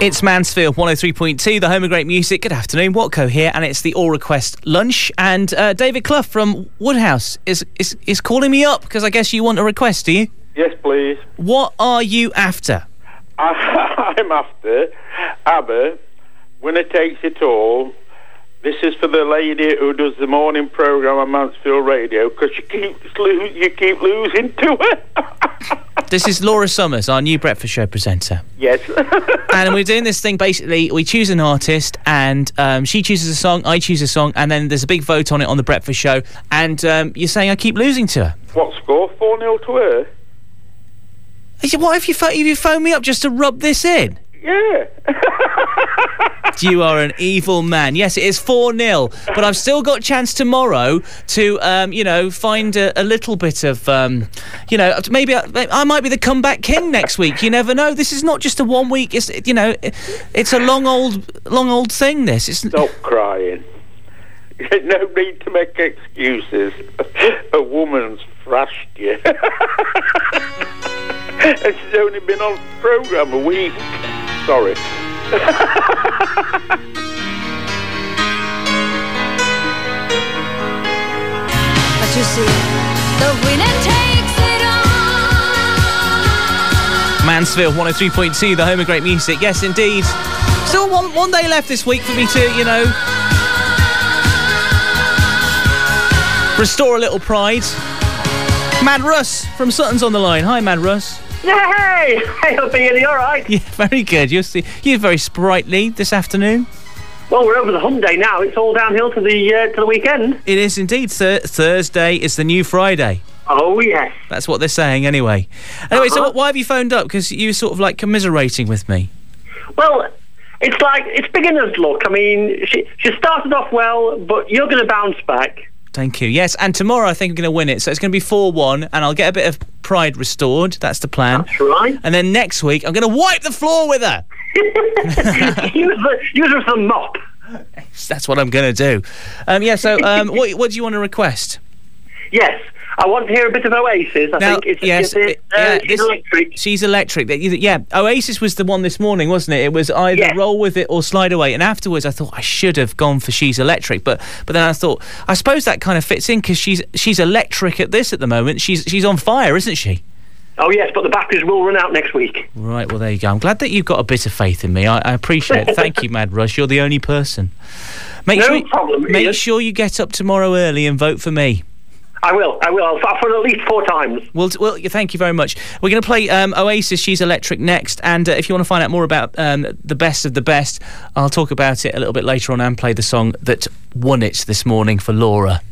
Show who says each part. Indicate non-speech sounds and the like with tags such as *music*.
Speaker 1: It's Mansfield 103.2, the home of great music. Good afternoon, Watco here, and it's the All Request Lunch. And uh, David Clough from Woodhouse is, is, is calling me up because I guess you want a request, do you?
Speaker 2: Yes, please. *laughs*
Speaker 1: What are you after?
Speaker 2: I, I'm after ABBA, Winner Takes It All. This is for the lady who does the morning programme on Mansfield Radio because you, keeps lo- you keep losing to her. *laughs*
Speaker 1: This is Laura Summers, our new breakfast show presenter.
Speaker 2: yes. *laughs*
Speaker 1: And we're doing this thing basically, we choose an artist, and um, she chooses a song, I choose a song, and then there's a big vote on it on the breakfast show. And um, you're saying I keep losing to her.
Speaker 2: what score? 4 0 to her?
Speaker 1: I said, what if you, pho- if you phone me up just to rub this in?
Speaker 2: Yeah.
Speaker 1: You are an evil man. Yes, it is 4 0, but I've still got chance tomorrow to, um, you know, find a, a little bit of, um, you know, maybe I, I might be the comeback king next week. You never know. This is not just a one week, it's, you know, it- it's a long old, long old thing, this. It's,
Speaker 2: Stop crying. *laughs* No need to make excuses. *laughs* A woman's thrashed you. *laughs* and she's only been on programme a week. Sorry.
Speaker 3: But you see, the winner takes it all.
Speaker 1: Mansfield 103.2, the home of great music. Yes, indeed. Still one, one day left this week for me to, you know, restore a little pride. Mad Russ from Sutton's on the line. Hi, Mad Russ. *laughs*
Speaker 4: Yay! Hey, I'll be in all right.
Speaker 1: Yeah, very good. You're, see, you're very sprightly this afternoon.
Speaker 4: Well, we're over the hump day now. It's all downhill to the uh, to the weekend.
Speaker 1: It is indeed. Thur- Thursday is the new Friday.
Speaker 4: Oh yes.
Speaker 1: That's what they're saying, anyway. Anyway, so why have you phoned up? Because you were sort of like commiserating with me.
Speaker 4: Well, it's like it's beginner's luck. I mean, she she started off well, but you're going to bounce back.
Speaker 1: Thank you. Yes, and tomorrow I think I'm going to win it. So it's going to be 4 1, and I'll get a bit of pride restored. That's the plan.
Speaker 4: That's *laughs* right.
Speaker 1: And then next week, I'm going to wipe the floor with her.
Speaker 4: use the use her as a mop.
Speaker 1: That's what I'm going to do. Um, yeah, so um, what, what do you want to request?
Speaker 4: Yes, I want to hear a bit of Oasis. I think it's
Speaker 1: yes,
Speaker 4: it's,
Speaker 1: it- yeah,
Speaker 4: uh, she's
Speaker 1: this-
Speaker 4: electric.
Speaker 1: She's electric. That- Yeah, Oasis was the one this morning, wasn't it? It was either
Speaker 4: Yes.
Speaker 1: roll with it or slide away. And afterwards, I thought I should have gone for she's electric, but but then I thought I suppose that kind of fits in because she's she's electric at this at the moment. She's she's on fire, isn't she?
Speaker 4: Oh yes, but the batteries will run out next week.
Speaker 1: Right. Well, there you go. I'm glad that you've got a bit of faith in me. I, I appreciate it.
Speaker 4: *laughs*
Speaker 1: Thank you, Mad Rush. You're the only person. Make
Speaker 4: No
Speaker 1: sure
Speaker 4: problem,
Speaker 1: make
Speaker 4: Ian.
Speaker 1: sure you get up tomorrow early and vote for me.
Speaker 4: I will. I will. I'll I'll phone at least four times.
Speaker 1: Well, t- well, yeah, thank you very much. We're going to play um, Oasis, She's Electric next. And uh, if you want to find out more about um, the best of the best, I'll talk about it a little bit later on and play the song that won it this morning for Laura.